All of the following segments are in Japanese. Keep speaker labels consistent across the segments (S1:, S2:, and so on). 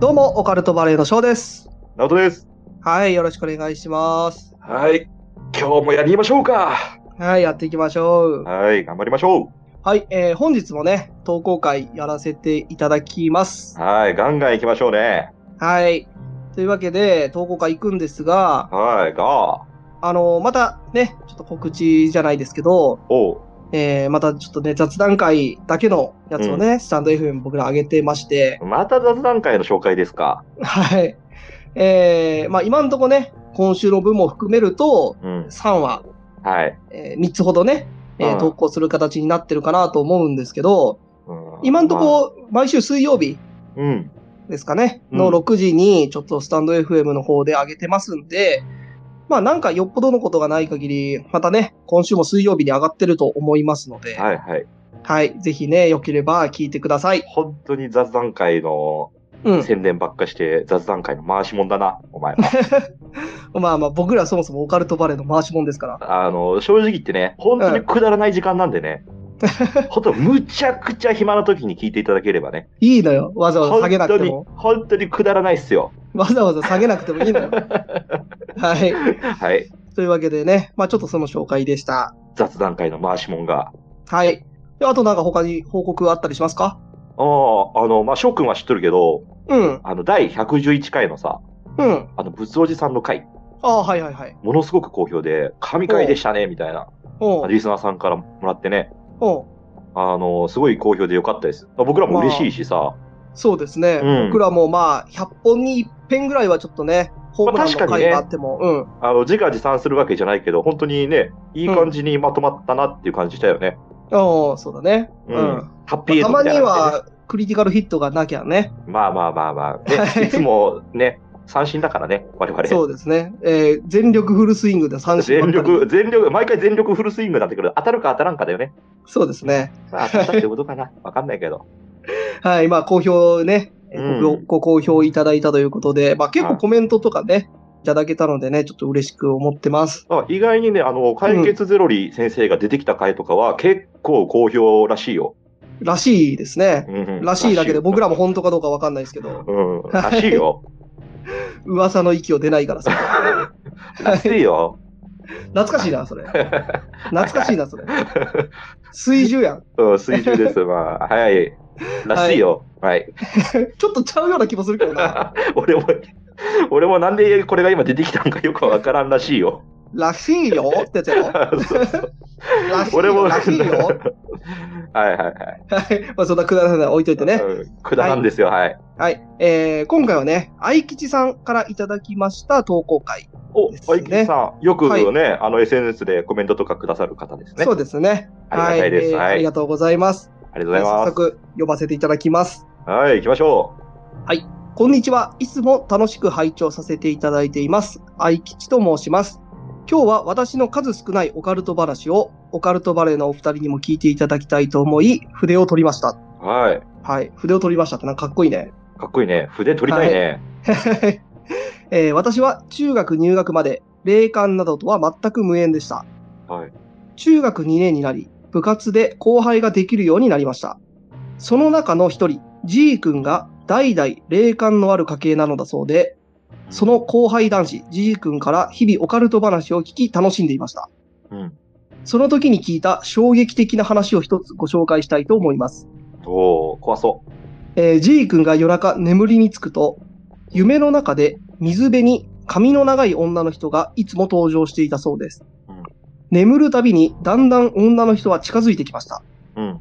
S1: どうも、オカルトバレーの翔です。
S2: ナオトです。
S1: はい、よろしくお願いします。
S2: はい。今日もやりましょうか。
S1: はい、やっていきましょう。
S2: はい、頑張りましょ
S1: はい、えー、本日もね、投稿会やらせていただきます
S2: う。。はい、ガンガン行きましょうね。
S1: はい。というわけで、投稿会行くんですが、
S2: はい、が、
S1: あのまたね、ちょっと告知じゃないですけど、
S2: おう、
S1: えー、またちょっとね、雑談会だけのやつをね、スタンド FM 僕ら上げてまして、
S2: また雑談会の紹介ですか。
S1: はい。えー、まあ今んとこね、今週の分も含めると、
S2: うん。
S1: 3話
S2: はい。
S1: えー3つほどね、えー
S2: うん
S1: 投稿する形になってるかなと思うんですけど、
S2: うん
S1: 今んと、こ、毎週水曜日
S2: まあうん。
S1: ですかね、
S2: うん
S1: の6時に、ちょっとスタンド FM の方で上げてますんで、まあなんかよっぽどのことがない限り、またね、今週も水曜日に上がってると思いますので、はい、
S2: はいはい。
S1: ぜひね、良ければ聞いてください。
S2: 本当に雑談会の
S1: うん。
S2: 宣伝ばっかして、雑談会の回しもんだな、お前は。
S1: まあまあ、僕らそもそもオカルトバレーの回しもんですから。
S2: あの、正直言ってね、本当にくだらない時間なんでね。ほんと、むちゃくちゃ暇な時に聞いていただければね。
S1: いいのよ。わざわざ下げなく
S2: 本当
S1: て
S2: に
S1: も。、
S2: 本当にくだらないっすよ。
S1: わざわざ下げなくてもいいの よ。はい。
S2: はい。
S1: というわけでね、まあちょっとその紹介でした。
S2: 雑談会の回しもんが。
S1: はい。であとなんか他に報告あったりしますか
S2: ああ、あの、まあ、翔くんは知っとるけど、
S1: うん。
S2: あの、第111回のさ、
S1: うん。
S2: あの、仏おじさんの回、
S1: ああ、はいはいはい。
S2: ものすごく好評で、神回でしたね、みたいな、
S1: おう
S2: リスナーさんからもらってね、
S1: おう
S2: あの、すごい好評でよかったです。まあ僕らも嬉しいしさ、
S1: そうですね。
S2: うん
S1: 僕らもまあ、100本に1遍ぐらいはちょっとね、ホームランの回があっても、
S2: あの、自画自賛するわけじゃないけど、本当にね、いい感じにまとまったなっていう感じしたよね。
S1: うん。おうそうだね。
S2: う。
S1: うんん。
S2: ハッピーエン
S1: た
S2: ド
S1: ま
S2: みたい
S1: に
S2: な感じでね、
S1: は、クリティカルヒットがなきゃね。
S2: まあまあまあまあ、
S1: は
S2: ね、
S1: い
S2: いつもね、三振だからね、我々。
S1: そうですね。えー全力フルスイングで三振ばっか
S2: 全
S1: り。
S2: 力、全力、毎回全力フルスイングなんだけど、当たるか当たらんかだよね。
S1: そうですね。
S2: まあ、当たったってことかな。わかんないけど。
S1: はい。まあ、好評ね、えーご
S2: うん
S1: ご好評いただいたということで、まあ結
S2: は
S1: 構
S2: い
S1: コメントとかね、いただけたのでね、ちょっと嬉しく思ってます。
S2: あ意外にね、あの、解決ゼロリ先生が出てきた回とかは、結構好評らしいよ。
S1: らしいですね。
S2: うんうん
S1: らしいだけで、僕らも本当かどうかわかんないですけど、
S2: うん、らしい よ。
S1: 噂の息を出ないからさ。
S2: らしいよ。
S1: 懐かしいな、それ。懐かしいな、それ。水獣やん。
S2: うん、水中です。まあ、はい。らしいよ。はい。
S1: ちょっとちゃうような気もするけどな。
S2: 俺も、俺もなんでこれが今出てきたのかよくわからんらしいよ。
S1: らしいよってやつやろ。
S2: そうそう
S1: らしい
S2: 俺も、
S1: よ。
S2: は
S1: らしい
S2: い
S1: よ。はい
S2: はいはい。
S1: まあ、そんなくだらないのは置いといてね。
S2: うんくだらんですよ、はい。
S1: はい。えー、今回はね、愛吉さんからいただきました投稿会。
S2: お
S1: です、ね
S2: 愛吉さん、よくね、あの、SNS でコメントとかくださる方ですね
S1: そ。うですね。
S2: ありがたいです。
S1: はえー
S2: は
S1: あり
S2: い。
S1: がとうございます。
S2: ありがとうございま
S1: 早
S2: す。
S1: 速、呼ばせていただきます。
S2: はい、行きましょ
S1: こんにちは。いつも楽しく拝聴させていただいています。愛吉と申します。今日は私の数少ないオカルト話を、オカルトバレーのお二人にも聞いていただきたいと思い、筆を取りました。
S2: う。はい。
S1: はい。筆を取りましたってなんかかっこいいね。
S2: かっこいいね。筆取りたいね。
S1: えー私は中学入学まで、霊感などとは全く無縁でした。
S2: はい。
S1: 中学2年になり、部活で後輩ができるようになりました。その中の一人、G 君が代々霊感のある家系なのだそうで、その後輩男子、G 君から日々オカルト話を聞き楽しんでいました。
S2: うん。
S1: その時に聞いた衝撃的な話を一つご紹介したいと思います。
S2: おお、怖そ
S1: えー、G 君が夜中眠りにつくと、夢の中で水辺に髪の長い女の人がいつも登場していたそうです。
S2: うん
S1: 眠るたびにだんだん女の人は近づいてきました。
S2: う。うん。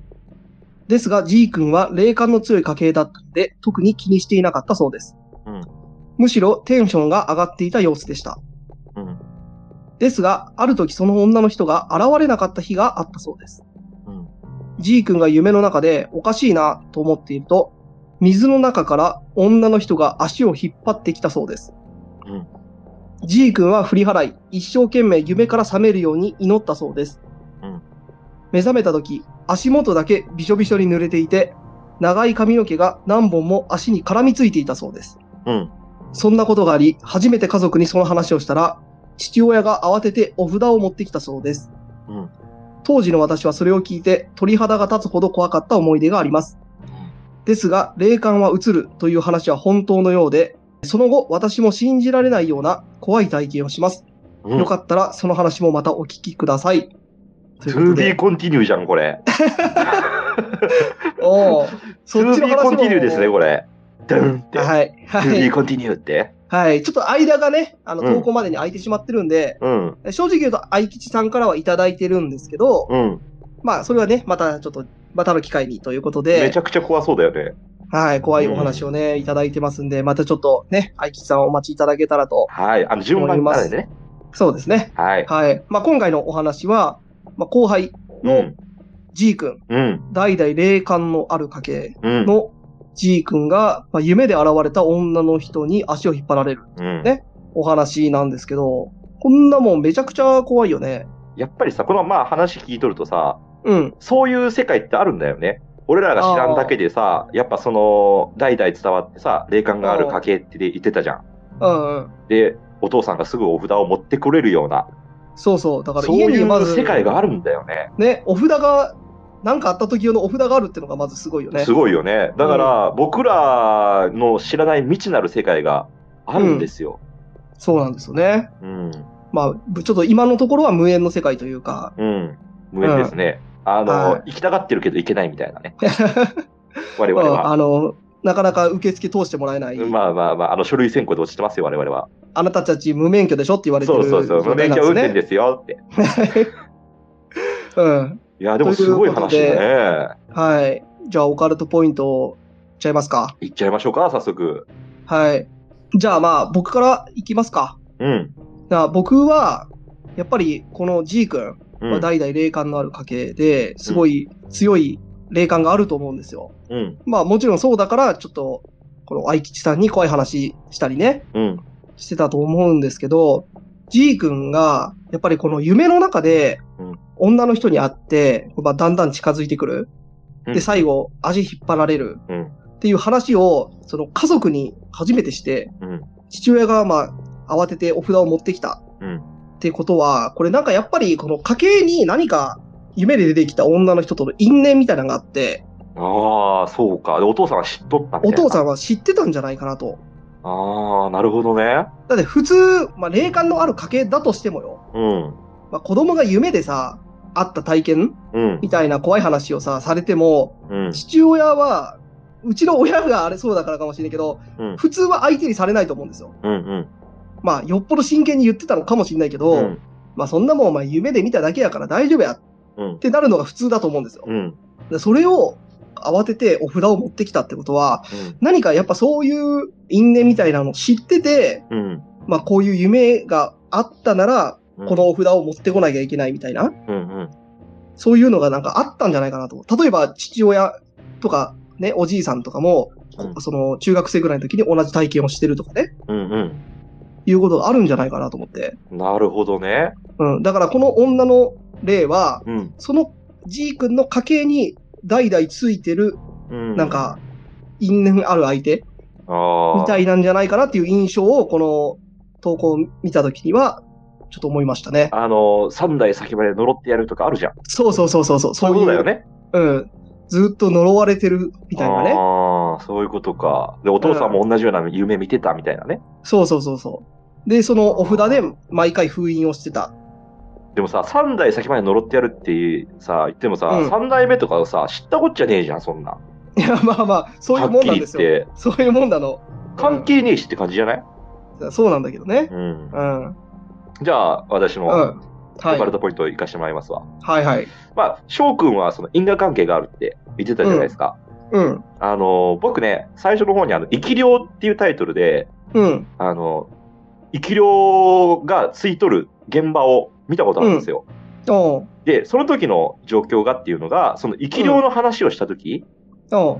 S1: ですが、G 君は霊感の強い家系だったので、特に気にしていなかったそうです。
S2: うん
S1: むしろテンションが上がっていた様子でした。
S2: うん。
S1: ですが、ある時その女の人が現れなかった日があったそうです。
S2: うん。
S1: G 君が夢の中でおかしいなと思っていると、水の中から女の人が足を引っ張ってきたそうです。
S2: うん。
S1: G 君は振り払い、一生懸命夢から覚めるように祈ったそうです。
S2: うん
S1: 目覚めた時、足元だけびしょびしょに濡れていて、長い髪の毛が何本も足に絡みついていたそうです。
S2: うん。
S1: そんなことがあり、初めて家族にその話をしたら、父親が慌ててお札を持ってきたそうです。
S2: うん
S1: 当時の私はそれを聞いて鳥肌が立つほど怖かった思い出があります。ですが、霊感は移るという話は本当のようで、その後、私も信じられないような怖い体験をします。
S2: うん
S1: よかったら、その話もまたお聞きください。ということ
S2: To
S1: で
S2: be continue じゃん、これ。
S1: おー
S2: To
S1: そっち
S2: be
S1: の話も
S2: continue ですね、これ。ドゥンって。
S1: はい。は
S2: To be
S1: い。
S2: continue って。
S1: はい。ちょっと間がね、あの、
S2: うん
S1: 投稿までに空いてしまってるんで、
S2: うん。
S1: 正直言うと、愛吉さんからはいただいてるんですけど、
S2: うん。
S1: まあ、それはね、またちょっと、またの機会にということ
S2: め
S1: で
S2: ち、ゃくちゃ怖そうだよね。
S1: はい、怖いお話をね、いただいてますんで、またちょっとね、愛吉さんをお待ちいただけたらと。
S2: はい。あの、順番からでね。
S1: そうですね。
S2: はい。
S1: はい。まあ、今回のお話は、まあ、後輩
S2: う
S1: の
S2: ん。
S1: G 君、
S2: うん。
S1: 代々霊感のある家系
S2: うん。
S1: の G 君が、まあ、夢で現れた女の人に足を引っ張られる
S2: うん
S1: ねお話なんですけど、こんなもんめちゃくちゃ怖いよね。
S2: やっぱりさ、このまあ話聞いとるとさ、
S1: うん。
S2: そういう世界ってあるんだよね。俺らが知らんだけでさ、やっぱその、代々伝わってさ、霊感がある家系って言ってたじゃん。
S1: うんうん。
S2: で、お父さんがすぐお札を持ってくれるような、
S1: そうそう。だから
S2: そう
S1: 家
S2: い
S1: にま
S2: う
S1: ず、
S2: 世界があるんだよね。
S1: ね、お札が、なんかあった時用のお札があるってのがまずすごいよね。
S2: すごいよね。だから、僕らの知らない未知なる世界があるんですよ。
S1: そうなんですよね。
S2: うん。
S1: まあ、ぶちょっと今のところは無縁の世界というか、
S2: うん。無縁ですね。あの、
S1: はい
S2: 行きたがってるけど行けないみたいな ね。我
S1: う
S2: 々
S1: ん
S2: は。
S1: あの、なかなか受付通してもらえない、
S2: まあまあまあ、あの書類選考で落ちてますよ、我々は。
S1: あなたたち無免許でしょって言われて
S2: そ
S1: る
S2: うそうそ
S1: 状
S2: う、無
S1: 態
S2: 免
S1: なん
S2: 許運転
S1: で
S2: ですよって。
S1: すね。うん。
S2: いや、でもすごい話
S1: と
S2: だね。
S1: はい。じゃあ、オカルトポイント、いっちゃいますか。
S2: 行っちゃいましょうか、早速。
S1: はい。じゃあ、まあ、僕からいきますか。
S2: うん。
S1: だから僕は、やっぱり、この G 君
S2: う
S1: は
S2: ん。
S1: 代々霊感のある家系で、すごい強い霊感があると思うんですよ。
S2: うん。
S1: まあ、もちろんそうだから、ちょっと、この愛吉さんに怖い話したりね、
S2: うん。
S1: してたと思うんですけど、G 君が、やっぱりこの夢の中で
S2: うん、
S1: 女の人に会って、まあ、だんだん近づいてくる。
S2: うん
S1: で、最後、足引っ張られる。
S2: うん。
S1: っていう話を、その家族に初めてして、
S2: うん。
S1: 父親が、まあ、慌ててお札を持ってきた。
S2: うん
S1: ってことは、これなんかやっぱり、この家系に何か、夢で出てきた女の人との因縁みたいなのがあって、
S2: ああ、そうか。で、お父さんは知っとったみ
S1: お
S2: たい
S1: 父
S2: な
S1: さんは知ってたんじゃないかなと。
S2: ああ、なるほどね。
S1: だって普通、まあ、霊感のある家系だとしてもよ、
S2: うん。
S1: まあ、子供が夢でさ、あった体験
S2: うん。
S1: みたいな怖い話をさ、されても、
S2: うん。
S1: 父親は、うちの親があれそうだからかもしれないけど、
S2: うん。
S1: 普通は相手にされないと思うんですよ。
S2: うん。うん。
S1: まあ、よっぽど真剣に言ってたのかもしれないけど、
S2: うん。
S1: まあ、そんなもんお前夢で見ただけやから大丈夫やっ
S2: うん。
S1: てなるのが普通だと思うんですよ。
S2: うん。
S1: でそれを慌ててお札を持ってきたってことは、
S2: うん。
S1: 何かやっぱそういう因縁みたいなのを知ってて、
S2: うん。
S1: まあ、こういう夢があったなら、
S2: うん
S1: こ。のお札を持ってこなきゃいけないみたいな、
S2: うん。うん。
S1: そういうのがなんかあったんじゃないかなと。例えば父親とかね、おじいさんとかも、こ
S2: うん
S1: その中学生ぐらいの時に同じ体験をしてるとかね、
S2: うん。うん。
S1: いうことがあるんじゃないかなと思って。
S2: なるほどね。
S1: うん。だからこの女の例は、
S2: うん。
S1: その G 君の家系に代々ついてる、
S2: うん。
S1: なん、か、因縁ある相手
S2: ああ。
S1: みたいなんじゃないかなっていう印象を、この投稿を見た時には、ちょっと思いましたね。
S2: あの、三代先まで呪ってやるとかあるじゃん。
S1: そうそうそうそうそう。
S2: そういうことだよね。
S1: うん。ずっと呪われてるみたいなね。
S2: ああ、そういうことか。で、お父さんも同じような夢見てたみたいなね。
S1: そうそうそうそう。で、そのお札で毎回封印をしてた。
S2: でもさ、3代先まで呪ってやるってさ、言ってもさ、
S1: うん
S2: 3代目とかをさ、知ったこっちゃねえじゃん、そんな。
S1: いや、まあまあ、そういう
S2: はっ
S1: もん
S2: き
S1: なん
S2: り
S1: で
S2: 言っ
S1: すよ。
S2: て。
S1: そういうもんなの。
S2: 関係ねえしって感じじゃない
S1: そうなんだけどね。
S2: うん
S1: う。ん。うん。
S2: じゃあ、私のオ
S1: は
S2: カ
S1: い
S2: ル。トポイントを生かしてもらいますわ。
S1: はいはい。
S2: まあ、翔くんはその因果関係があるって言ってたじゃないですか。
S1: うん。
S2: あの、僕ね、最初の方にあの、生き量っていうタイトルで、
S1: うん。
S2: あの、生き量が吸い取る現場を見たことあるんですよ。
S1: おう
S2: で、その時の状況がっていうのが、その生き量の話をした時、
S1: おう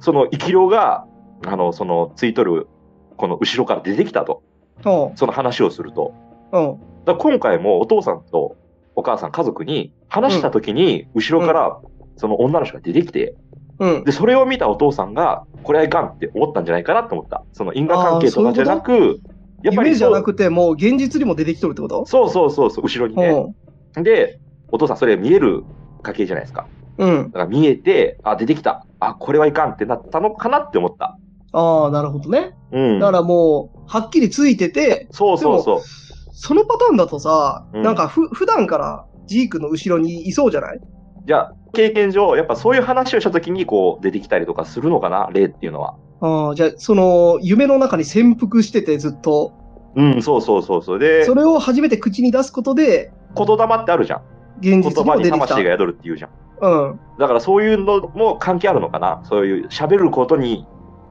S2: その生き量が、あの、その、ついとる、この後ろから出てきたと、
S1: おう
S2: その話をすると。
S1: おう
S2: だから今回もお父さんとお母さん、家族に話した時に、後ろから、その女の人が出てきて、
S1: うん。
S2: で、それを見たお父さんが、これはいかんって思ったんじゃないかなって思った。その因果関係とかじゃなく、やっぱ
S1: 夢
S2: り
S1: じゃ
S2: そ
S1: な
S2: う、
S1: くて、もう現実にも出てきとるってこと
S2: そうそうそうそう、後ろにね。
S1: おう
S2: で、お父さんそれ見える家系じゃないですか。
S1: うん。
S2: なんか見えて、あ、出てきた。あ、これはいかんってなったのかなって思った。
S1: ああ、なるほどね。
S2: うん。
S1: だからもう、はっきりついてて、
S2: そうそうそう。
S1: そのパターンだとさ、
S2: うん
S1: なんかふ、普段からジークの後ろにいそうじゃない
S2: じゃあ、経験上、やっぱそういう話をしたときに、こう、出てきたりとかするのかな、例っていうのは。
S1: ああ、じゃあ、その、夢の中に潜伏しててずっと、
S2: うん、そうそうそうそう。で、
S1: そ
S2: 言
S1: れを初めて口に出すことで、
S2: 霊ってあるじゃん。
S1: 現
S2: 言
S1: 実に
S2: 葉
S1: も
S2: に
S1: 出てきた
S2: 魂。が宿るって言うじゃん。
S1: うん。
S2: だからそういうのも関係あるのかな。そういう喋ることに、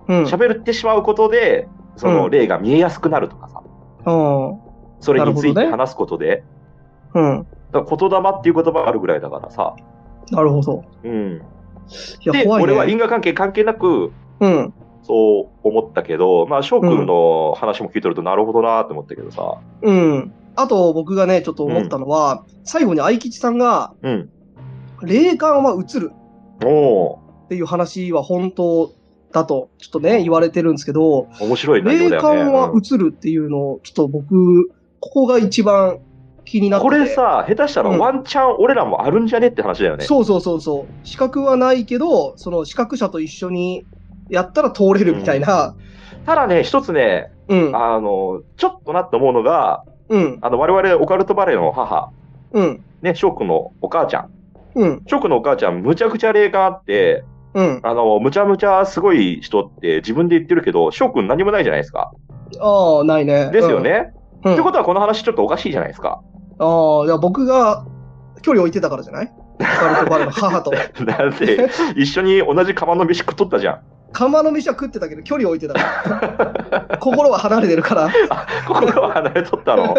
S1: うん。
S2: 喋ってしまうことで、そうの
S1: ん
S2: 霊が見えやすくなるとかさ。
S1: うん。
S2: それにつ
S1: なるほ
S2: いて
S1: どね
S2: 話すことで。
S1: うん。
S2: だから言霊っていう言葉があるぐらいだからさ。
S1: なるほど。
S2: うん。
S1: いや、
S2: で、
S1: 怖いね。
S2: 俺は因果関係関係なく、
S1: うん。
S2: そう思ったけど、まあ、翔くんの話も聞いてると、なるほどなって思ったけどさ。
S1: うん。あと、僕がね、ちょっと思ったのは、最後に愛吉さんが、
S2: うん。
S1: 霊感は映る
S2: おー
S1: っていう話は本当だと、ちょっとね、言われてるんですけど、
S2: 面白い内容
S1: 霊
S2: だよね。
S1: 感は
S2: うん
S1: 映るっていうのを、ちょっと僕、ここが一番気になってて
S2: これ、さ、下手したら
S1: うん
S2: ワンチャン俺らもあるんじゃねって話だよね。
S1: そうそうそうそう。資格はないけど、その資格者と一緒にやったら通れるみたいな。
S2: ただね、一つね、
S1: うん。
S2: あの、ちょっとなって思うのが、
S1: うん。
S2: あの、我々オカルトバレーの母、
S1: うん。
S2: ね、翔くんのお母ちゃん。
S1: うん。
S2: 翔くんのお母ちゃん、むちゃくちゃ霊感あって、
S1: うん。
S2: あの、むちゃむちゃすごい人って自分で言ってるけど、翔くん何もないじゃないですか。
S1: ああ、ないね。
S2: ですよね。
S1: うん。
S2: って
S1: うん
S2: ことはこの話ちょっとおかしいじゃないですか。
S1: ああ、いや僕が距離置いてたからじゃないバルトバルの 母と。
S2: だって、一緒に同じ釜の飯食っとったじゃん。
S1: 釜の飯は食ってたけど、距離置いてた から。心は離れてるから。
S2: ここが離れとったの。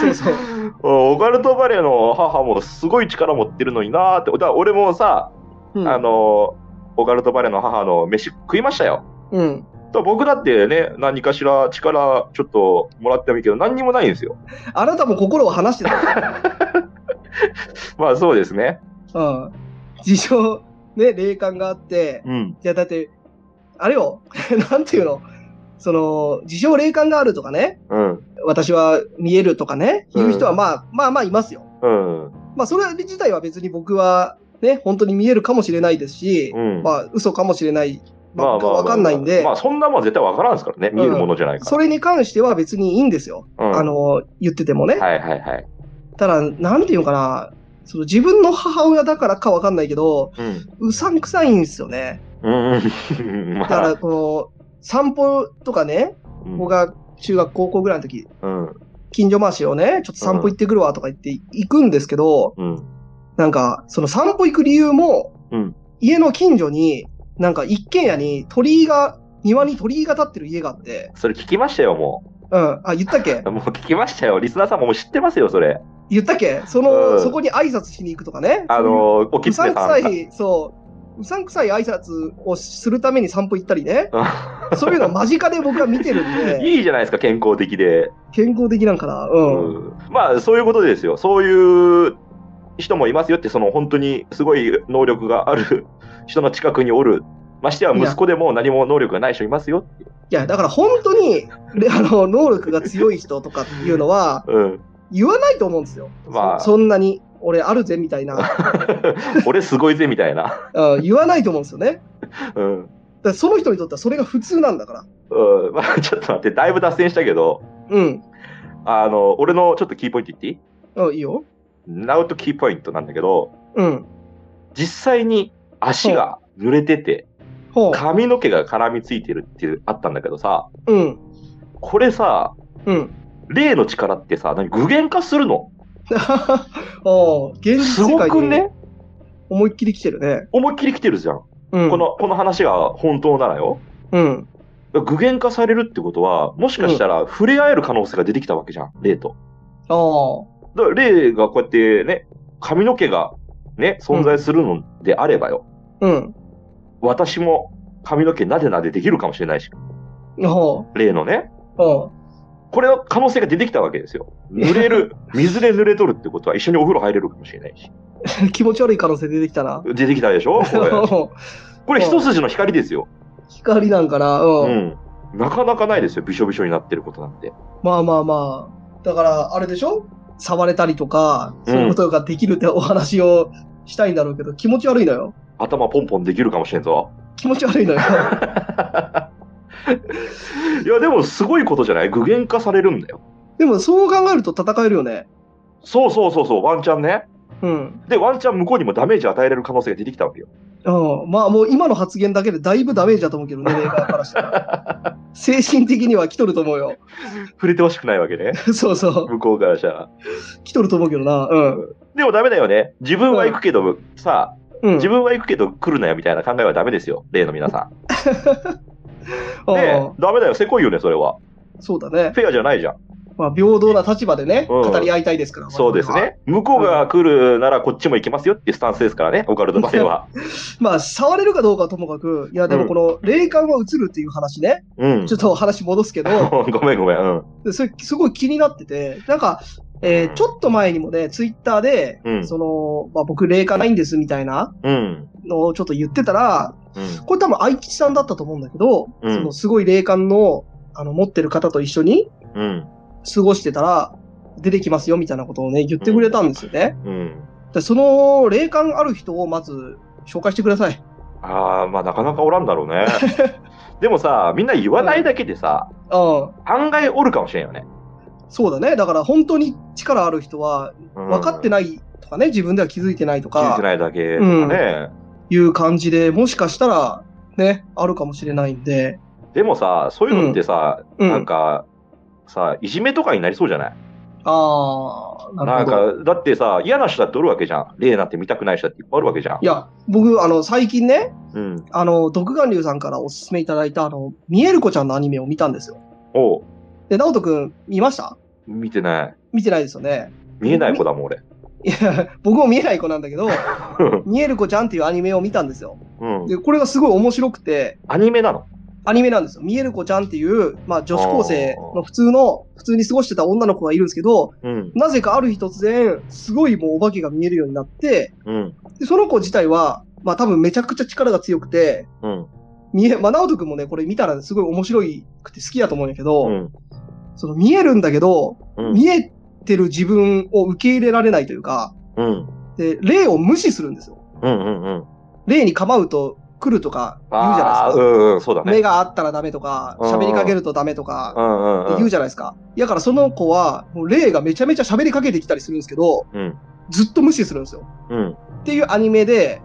S1: そうそう。
S2: うんオカルトバレーの母もすごい力持ってるのになーって。だから俺もさ、
S1: うん、
S2: あの、オカルトバレーの母の飯食いましたよ。
S1: うん。
S2: だから僕だってね、何かしら力ちょっともらってもいいけど、何にもないんですよ。
S1: あなたも心を離してたから。
S2: まあそうですね。
S1: うん。自称、ね、霊感があって、
S2: うん。
S1: いや、だって、あれよ、 なんていうの、その、自称霊感があるとかね、
S2: うん。
S1: 私は見えるとかね、
S2: うん
S1: 言う人はまあ、まあまあいますよ。
S2: うん。
S1: まあ、それ自体は別に僕は、ね、本当に見えるかもしれないですし、
S2: うん
S1: まあ、嘘かもしれない、まあ、わかんないんで、
S2: まあそんなもん絶対わからんですからね。見えるものじゃないか
S1: それに関しては別にいいんですよ。
S2: ら。うん
S1: あ、の、言っててもね。
S2: はいはいはい。
S1: ただ、なんていうのかな、その自分の母親だからかわかんないけど、
S2: うん。
S1: うさんくさいんですよね。
S2: うん。ま
S1: だから、、この、散歩とかね、
S2: うん
S1: 僕が中学、高校ぐらいの時、
S2: うん。
S1: 近所回しをね、ちょっと散歩行ってくるわとか言って行くんですけど、
S2: うん。
S1: なんか、その散歩行く理由も、
S2: うん
S1: 家の近所に、なんか一軒家に鳥居が、庭に鳥居が立ってる家があって、
S2: それ聞きましたよ、も
S1: うん、あ、言ったっけ
S2: う。もう聞きましたよ。リスナーさんももう知ってますよ、それ。
S1: 言ったっけそ
S2: うん
S1: の、そこに挨拶しに行くとかね。
S2: あの、
S1: そ
S2: お
S1: ういう、
S2: き
S1: う
S2: つ
S1: さ
S2: ね
S1: んく
S2: さ
S1: さ
S2: んが。
S1: い、そう、うさんくさい挨拶をするために散歩行ったりね。そういうのを間近で僕は見てるん で、
S2: いいじゃないですか、健康的で。
S1: 健康的なんかな。うん。
S2: まあ、そういうことですよ。そういう人もいますよって、その本当にすごい能力がある 人の近くにおる。ましてや息子でも何も能力がない人いますよ。
S1: いや、だから本当に、であの、能力が強い人とかっていうのは、
S2: うん。
S1: 言わないと思うんですよ。
S2: まあ
S1: そそんなに、俺あるぜみたい な、
S2: 俺すごいぜ、みたいな。
S1: うん言わないと思うんですよね。だか
S2: うん。
S1: らその人にとってはそれが普通なんだから。
S2: うん、まあ、ちょっと待って、だいぶ脱線したけど、
S1: うん。
S2: あの、俺のちょっとキーポイント言っていい
S1: うん、いいよ。
S2: ナウトキーポイントなんだけど、
S1: うん。
S2: 実際に足が濡れてて、
S1: ほ
S2: 髪の毛が絡みついてるっていうあったんだけどさ、
S1: う。うん。
S2: これさ、
S1: うん。
S2: 霊の力ってさ、何具現化するの
S1: おう現
S2: す
S1: 実世
S2: ご
S1: 界
S2: く
S1: に
S2: ね、
S1: 思いっきり来てるね。
S2: 思いっきり来てるじゃん。
S1: うん。
S2: こ。の、この話が本当ならよ。
S1: うん。
S2: 具現化されるってことは、もしかしたら触れ合える可能性が出てきたわけじゃん、霊と。
S1: ああ。
S2: だから霊がこうやってね、髪の毛がね、存在するのであればよ。
S1: うん。
S2: 私も髪の毛なでなでできるかもしれないし、
S1: ほ
S2: 霊のね。
S1: う。ほ
S2: これの可能性が出てきたわけですよ。濡 れる、水で濡れとるってことは一緒にお風呂入れるかもしれないし。
S1: う。 気持ち悪い可能性出てきたな。
S2: 出てきたで しょこれ。
S1: ほう
S2: これ一筋の光ですよ。
S1: 光なんかな。
S2: う
S1: うん。
S2: ん。なかなかないですよ。びしょびしょになってることなんて。
S1: まあまあまあ。だから、あれでしょ触れたりとか、そういうことができるってお話をしたいんだろうけど、気持ち悪いのよ。
S2: 頭ポンポンできるかもしれんぞ。
S1: 気持ち悪い のよ。
S2: いや、でもすごいことじゃない具現化されるんだよ。
S1: でも、そう考えると戦えるよね。
S2: そうそうそうそう、ワンチャンね。
S1: うん。
S2: で、ワンチャン向こうにもダメージ与えれる可能性が出てきたわけよ。
S1: うん、まあ、もう今の発言だけでだいぶダメージだと思うけどね、映画からしたら。 精神的には来とると思うよ。
S2: 触れてほしくないわけ ね。
S1: そうそう。
S2: 向こうからしたら。
S1: 来とると思うけどな。うん。
S2: でもダメだよね。自分は行くけど、さあ、
S1: うん。
S2: 自分は行くけど来るなよみたいな考えはダメですよ。例の皆さん。ね
S1: ああ
S2: えダメだよ。せこいよね、それは。
S1: そうだね。
S2: フェアじゃないじゃん。
S1: まあ、平等な立場でね、
S2: うん
S1: 語り合いたいですから。
S2: そうです
S1: 我々は。
S2: ね。向こうが来るならこっちも行きますよっていうスタンスですからね、オカルトバレーは。
S1: まあ、触れるかどうかはともかく、いや、でもこの霊感は映るっていう話ね、
S2: うん
S1: ちょ。っと話戻すけ ど、
S2: ごめんごめん。うん。
S1: でそれすごい気になってて、なんか、えーちょっと前にもね、ツイッターで、
S2: うん
S1: その、まあ、僕霊感ないんですみたいな
S2: うん。
S1: のをちょっと言ってたら、
S2: うん
S1: これ多分愛吉さんだったと思うんだけど、
S2: うん
S1: そのすごい霊感の、あの、持ってる方と一緒に
S2: うん。
S1: 過ごしてたら、出てきますよみたいなことをね、言ってくれたんですよね。
S2: うん。
S1: でその霊感ある人をまず紹介してください。
S2: ああ、まあなかなかおらんだろう ね。でもさ、みんな言わないだけでさ、
S1: うん。
S2: 案外おるかもしれんよね。
S1: そうだね。だから本当に力ある人は分かって
S2: ない
S1: ないとかね、自分では気づいてないと
S2: 気づい
S1: か
S2: てないだけとかね。
S1: いう感じで、もしかしたらね、あるかもしれないんで。
S2: でもさ、そういうのってさ、
S1: うん。
S2: なんか、さ、いじめとかになりそうじゃない
S1: ああ、な
S2: な
S1: る
S2: ん
S1: ほど。
S2: か、だってさ、嫌な人だっておるわけじゃん。例なんて見たくない人だっていっぱいおるわけじゃん
S1: い。や、僕、あの、最近ね、
S2: うん。
S1: あの、独眼竜さんからおすすめいただいた、あの、見える子ちゃんのアニメを見たんですよ。
S2: おう
S1: で、直人くん、見ました
S2: 見てない。
S1: 見てないですよね。
S2: 見えない子だもん、俺。
S1: いや、僕も見えない子なんだけど、見える子ちゃんっていうアニメを見たんですよ。
S2: うん。
S1: で、これがすごい面白くて、
S2: アニメなの
S1: アニメなんですよ。見える子ちゃんっていう、まあ女子高生の普通の、普通に過ごしてた女の子がいるんですけど、
S2: うん。
S1: なぜかある日突然、すごいもうお化けが見えるようになって、
S2: うん。
S1: でその子自体は、まあ多分めちゃくちゃ力が強くて、
S2: うん。
S1: 見え、まあ直人くんもね、これ見たらすごい面白くて好きだと思うんやけど、
S2: うん。
S1: その見えるんだけど、
S2: うん。
S1: 見えてる自分を受け入れられないというか、
S2: うん。
S1: で、霊を無視するんですよ。
S2: うん。うん。うん。
S1: 霊に構うと来るとか言うじゃない
S2: あ
S1: で
S2: あ、
S1: す
S2: う
S1: か。
S2: ん。うん。そうだね。
S1: 目があったらダメとか、
S2: うん
S1: 喋りかけるとダメとか、
S2: うん。うん。
S1: 言うじゃないですか。だからその子は、もう霊がめちゃめちゃ喋りかけてきたりするんですけど、
S2: うん。
S1: ずっと無視するんですよ。
S2: うん。
S1: っていうアニメで、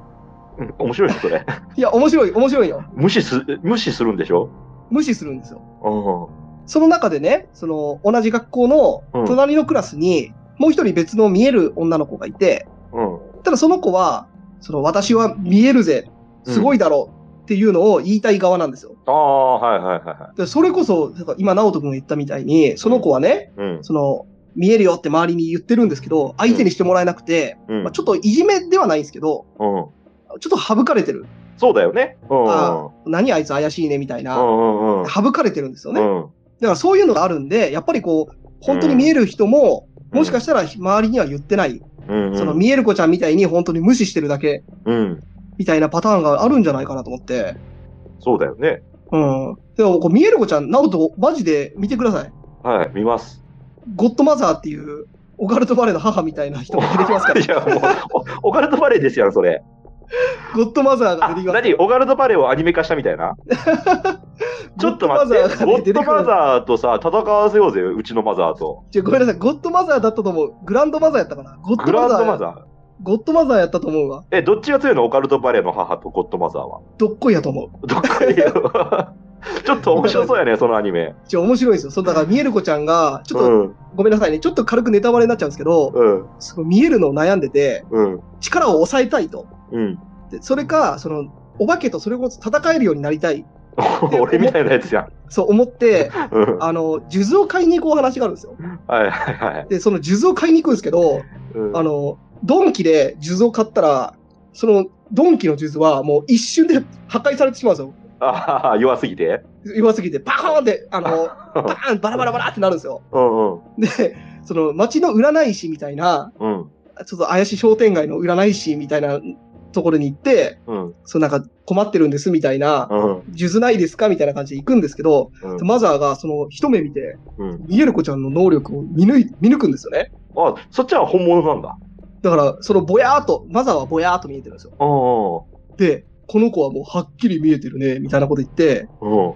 S2: うん面白いね、それ。
S1: いや、面白い、面白いよ。
S2: 無視す、無視するんでしょ
S1: 無視するんですよ。
S2: う
S1: その中でね、その、同じ学校
S2: う
S1: の
S2: ん
S1: 隣のクラスに、もう一人別の見える女の子がいて、
S2: ん。うん。
S1: ただその子は、その、私は見えるぜ、すごいだろうっていうのを言いたい側なんですよ。
S2: ああ、はいはいはいはい。
S1: でそれこそ、なんか今、直人君が言ったみたいに、その子はね、
S2: うん。
S1: その、見えるよって周りに言ってるんですけど、相手にしてもらえなくて、
S2: うん
S1: まあ、ちょっといじめではないんですけど、
S2: うん。
S1: ちょっと省かれてる。
S2: そうだよね。うん。
S1: あ何あいつ怪しいねみたいうな。
S2: んうんうん。
S1: 省かれてるんですよ
S2: う
S1: ね。
S2: ん。
S1: だからそういうのがあるんで、やっぱりこう、本当に見える人も、もしかしたら周りには言ってない、
S2: うんうん
S1: その見える子ちゃんみたいに本当に無視してるだけ
S2: うん。
S1: みたいなパターンがあるんじゃないかなと思って。
S2: そうだよね。
S1: うん。でもこう見える子ちゃん、なおとマジで見てください。
S2: はい、見ます。
S1: ゴッドマザーっていう、オカルトバレーの母みたいな人が出てきますから
S2: い、や、もう、おオカルトバレーですやん、それ。
S1: ゴッドマザーが
S2: あ、
S1: 出てきます。
S2: 何オカルトバレーをアニメ化したみたいなちょっと待って、
S1: ゴッ
S2: ゴ
S1: ドマザーがね出
S2: ッ
S1: て
S2: ド
S1: くる
S2: マザーとさ、戦わせようぜ、うちのマザーと。
S1: ちょごめんなさい、ゴッドマザーだったと思う。グランドマザーやったかな。ゴッド
S2: グラ
S1: マ
S2: ン
S1: ザ
S2: ド
S1: ーや。
S2: マザ
S1: ゴッドマザーやったと思うわ。
S2: ー。え、どっちが強いのオカルトバレーの母とゴッドマザーは。
S1: どっこいやと思う。
S2: どっかで言うちょっと面白そうやね、そのアニメ。
S1: ちょ、面白いんですよ。そう、だから、見える子ちゃんが、ちょっと、
S2: うん、
S1: ごめんなさいね。ちょっと軽くネタバレになっちゃうんですけど、
S2: うん、
S1: その見えるのを悩んでて、
S2: うん、
S1: 力を抑えたいと。
S2: うん。
S1: で、それか、その、お化けとそれこそ戦えるようになりたい。
S2: 俺みたいなやつやん。
S1: そう思って、
S2: うん。
S1: あの、数珠を買いに行こう話があるんですよ。
S2: はいはいはい。
S1: で、その数珠を買いに行くんですけど、
S2: うん
S1: あの、ドンキで数珠を買ったら、その、ドンキの数珠はもう一瞬で 破壊されてしまうんですよ。
S2: ああ、弱すぎて
S1: 弱すぎて、バコーンって、あの、バーンバラバラバラってなるんですよ。
S2: うんうん。
S1: で、その、街の占い師みたいな、
S2: うん。
S1: ちょっと怪しい商店街の占い師みたいなところに行って、
S2: うん。
S1: そうなんか困ってるんですみたいな、
S2: うん。
S1: 数珠ないですかみたいな感じで行くんですけど、
S2: うん
S1: マザーがその一目見て、
S2: うん。
S1: 見える子ちゃんの能力を見抜い見抜くんですよね。
S2: あ、そっちは本物なんだ。
S1: だから、そのぼやーっと、マザーはぼやーっと見えてるんですよ。
S2: お
S1: で、この子はもうはっきり見えてるね、みたいなこと言って、
S2: ーおー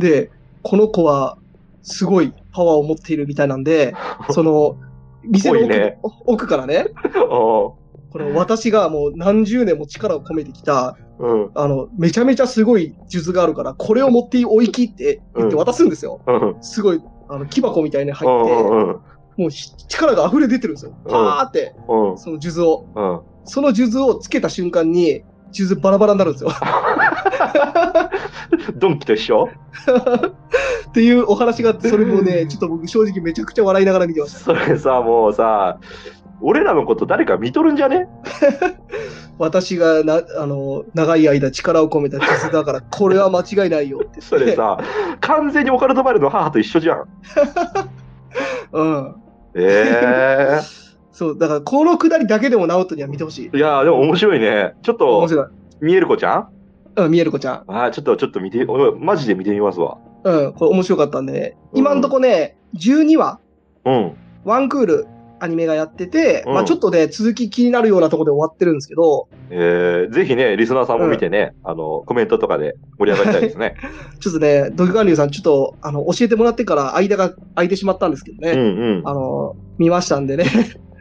S1: で、この子はすごいパワーを持っているみたいなん で、その、店の
S2: 多
S1: 奥,、
S2: いね
S1: 奥からね、
S2: お
S1: この私がもう何十年も力を込めてきた、
S2: ーうん
S1: あの、めちゃめちゃすごい術があるから、これを持っておいきって言って渡すんですよ。
S2: うん
S1: すごい、あの、木箱みたいに入
S2: うん
S1: って、
S2: うん
S1: もうひ力が溢れ出てるんですよ。パーって、
S2: うん
S1: その数珠を。
S2: うん
S1: その数珠をつけた瞬間に、数珠バラバラになるんですよ。
S2: ドンキと一緒
S1: っていうお話があって、それもね、ちょっと僕正直めちゃくちゃ笑いながら見てました。
S2: それさもうさ俺らのこと誰か見とるんじゃね
S1: 私がな、あの、長い間力を込めた数珠だから、これは間違いないよって。
S2: それさ完全にオカルトバレの母と一緒じゃん
S1: うん。
S2: ええ
S1: そう、だからこのくだりだけでもナオトには見てほしい。
S2: いやーでも面白いねちょっ
S1: 面
S2: と
S1: 白い。
S2: 見える子ちゃん
S1: うん、ミエルコちゃん。
S2: あーちょっとちょっと見て俺マジで見てみますわ
S1: うん、これ面白かったんでね。
S2: うん
S1: 今んとこね、12話、
S2: うん
S1: ワンクールアニメがやってて、
S2: うん
S1: まあちょっとね、続き気になるようなところで終わってるんですけど、
S2: えー、ぜひね、リスナーさんも見てね、あの、コメントとかで盛り上がりたいで すね。
S1: ちょっとね、ドキガンリュウさん、ちょっと、あの、教えてもらってから間が空いてしまったんですけど
S2: うん
S1: ね。
S2: うん。
S1: あの、見ましたんでね、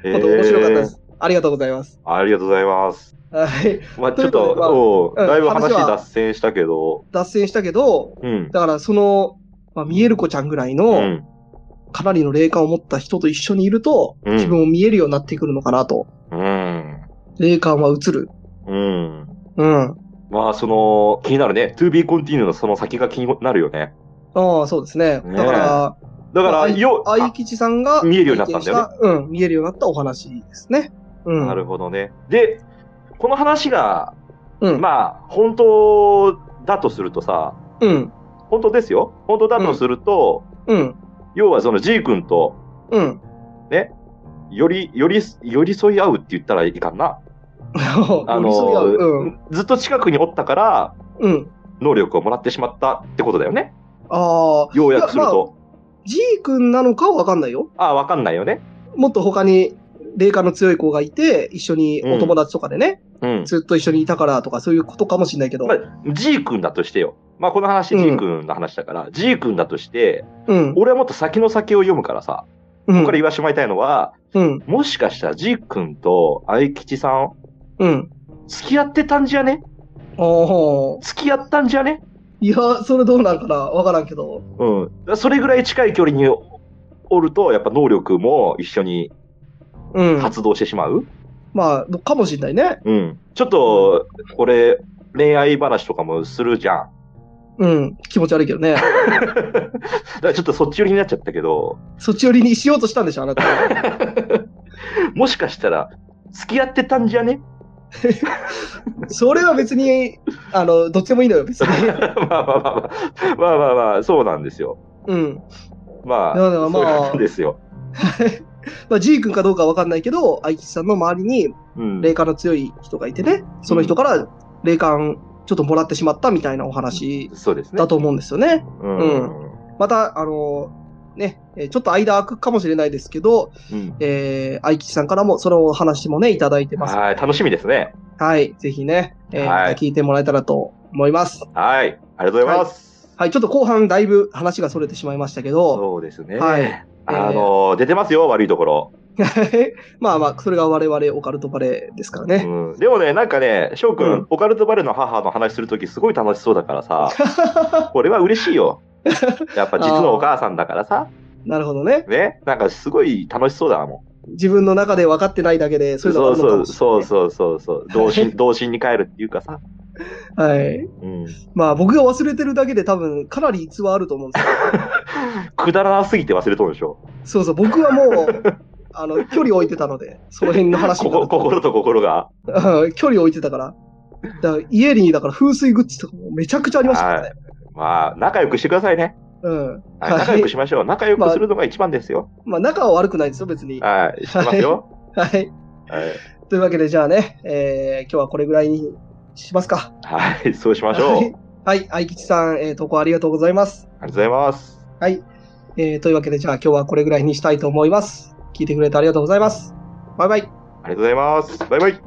S2: え
S1: 本当面白かったです。ありがとうございます。
S2: ーありがとうございます。
S1: はい。
S2: まあ
S1: と
S2: ち
S1: い
S2: ょ
S1: う
S2: っ
S1: こと
S2: と、
S1: でまあ
S2: おう
S1: うん
S2: だいぶ
S1: 話
S2: 話
S1: は
S2: 脱線したけど、
S1: 脱線したけど、
S2: うん。
S1: だからその、まあ、ミエルコちゃんぐらいうの、
S2: ん。
S1: かなりの霊感を持った人と一緒にいると、
S2: うん
S1: 自分を見えるようになってくるのかなと。
S2: うん。
S1: 霊感は映る。
S2: うん。
S1: うん。
S2: まあ、その、気になるね。to be continue のその先が気になるよね。
S1: ああ、そうですね。
S2: ねえ
S1: だから、
S2: だか
S1: まあ
S2: ら、よ、
S1: あいきちさんが
S2: あ見えるようになったんだよ
S1: ね。うん、見えるようになったお話ですね。う
S2: あ
S1: ん。
S2: なるほどね。で、この話が、
S1: うん。
S2: まあ、本当だとするとさ、
S1: うん。
S2: 本当ですよ。本当だとすると、
S1: うん。
S2: 要はその G 君と、
S1: うん。
S2: より、より、寄り添い合うって言ったらいいかな。あ
S1: あ
S2: の
S1: うん。
S2: ずっと近くにおったから、
S1: うん。
S2: 能力をもらってしまったってことだよね。
S1: ああ、
S2: 要約すると。
S1: G 君なのかはわかんないよ。
S2: ああ、わかんないよね。
S1: もっと他に霊感の強い子がいて、一緒にお友達とかでね、
S2: うん。
S1: ずっと一緒にいたからとか、そういうことかもしれないけど。
S2: まあ、G 君だとしてよ。まあ、この話、
S1: うん
S2: G 君の話だから、G 君だとして、
S1: うん。
S2: 俺はもっと先の先を読むからさ、
S1: うん
S2: ここから言わしてもらいたいのは、
S1: うん。
S2: もしかしたら G 君と愛吉さん、
S1: うん。
S2: 付き合ってたんじゃね
S1: ああ。
S2: 付き合ったんじゃね
S1: いや、それどうなんかなわからんけど。
S2: うん。それぐらい近い距離におると、やっぱ能力も一緒に
S1: うん。
S2: 発動してしまう。
S1: まあ、かもしれないね。
S2: うん。ちょっと、俺、恋愛話とかもするじゃん。
S1: うん。気持ち悪いけどね。
S2: だからちょっとそっち寄りになっちゃったけど、
S1: そっち寄りにしようとしたんでしょ、あなた。
S2: もしかしたら、付き合ってたんじゃね
S1: それは別に、あの、どっちでもいいのよ、 別に。
S2: まあまあまあまあ、まあまあまあ、そうなんですよ。
S1: うん。
S2: まあ、
S1: いやでもまあ
S2: そうなんですよ。
S1: まあ、G 君かどうかわかんないけど、愛吉さんの周りに
S2: うん。
S1: 霊感の強い人がいてね、その人から霊感ちょっともらってしまったみたいなお話
S2: そうですね
S1: だ。と思うんですよね。
S2: うん。
S1: また、あの、ね、えーちょっと間空くかもしれないですけど、
S2: うん
S1: えー、愛吉さんからもそのお話もね、いただいてます。
S2: はい、楽しみですね。
S1: はい。ぜひね、えー
S2: はい
S1: 聞いてもらえたらと思います。
S2: はい、ありがとうございます。
S1: はい。ちょっと後半だいぶ話が逸れてしまいましたけど、
S2: そうですね。
S1: はい
S2: あの、出てますよ、悪いところ。
S1: まあまあ、それが我々オカルトバレーですからね。
S2: うん、でもね、なんかね、翔くん、
S1: うん
S2: オカルトバレの母の話するときすごい楽しそうだか らさ、俺は嬉しいよ。やっぱ実のお母さんだからさ、
S1: なるほどね。
S2: ね、なんかすごい楽しそうだもん。
S1: 自分の中で分かってないだけで、そういうのが
S2: そ
S1: あ
S2: う
S1: るのか
S2: そ
S1: も
S2: う
S1: しれない。
S2: そうそうそうそう、童心童心に帰るっていうかさ、
S1: はい。
S2: うん、
S1: まあ僕が忘れてるだけで多分かなり逸話あると思うん ですよ。
S2: くだらなすぎて忘れとるでしょ。
S1: そうそう、僕はもう、あの、距離を置いてたので、その辺の話
S2: こ
S1: に
S2: こ心と心が。
S1: うん距離を置いてたから。だから家に、だから風水グッズとかもめちゃくちゃありましたからね。
S2: まあ、仲良くしてくださいね。
S1: うん。
S2: はい
S1: はい
S2: 仲良くしましょう。仲良くするのが一番ですよ。
S1: まあ仲は悪くないですよ、別に。は
S2: はい、知ってますよ。
S1: い。
S2: はい、
S1: というわけで、じゃあね、えー今日はこれぐらいにしますか。
S2: はい、そうしましょう。あ
S1: は
S2: り
S1: いはい、愛吉さん、えー投稿ありがとうございます。
S2: がとうございます。
S1: はい、えーというわけで、じゃあ今日はこれぐらいにしたいと思います。聞いてくれてありがとうございます。バイバイ。
S2: はい。りがとうございます。バイバイ。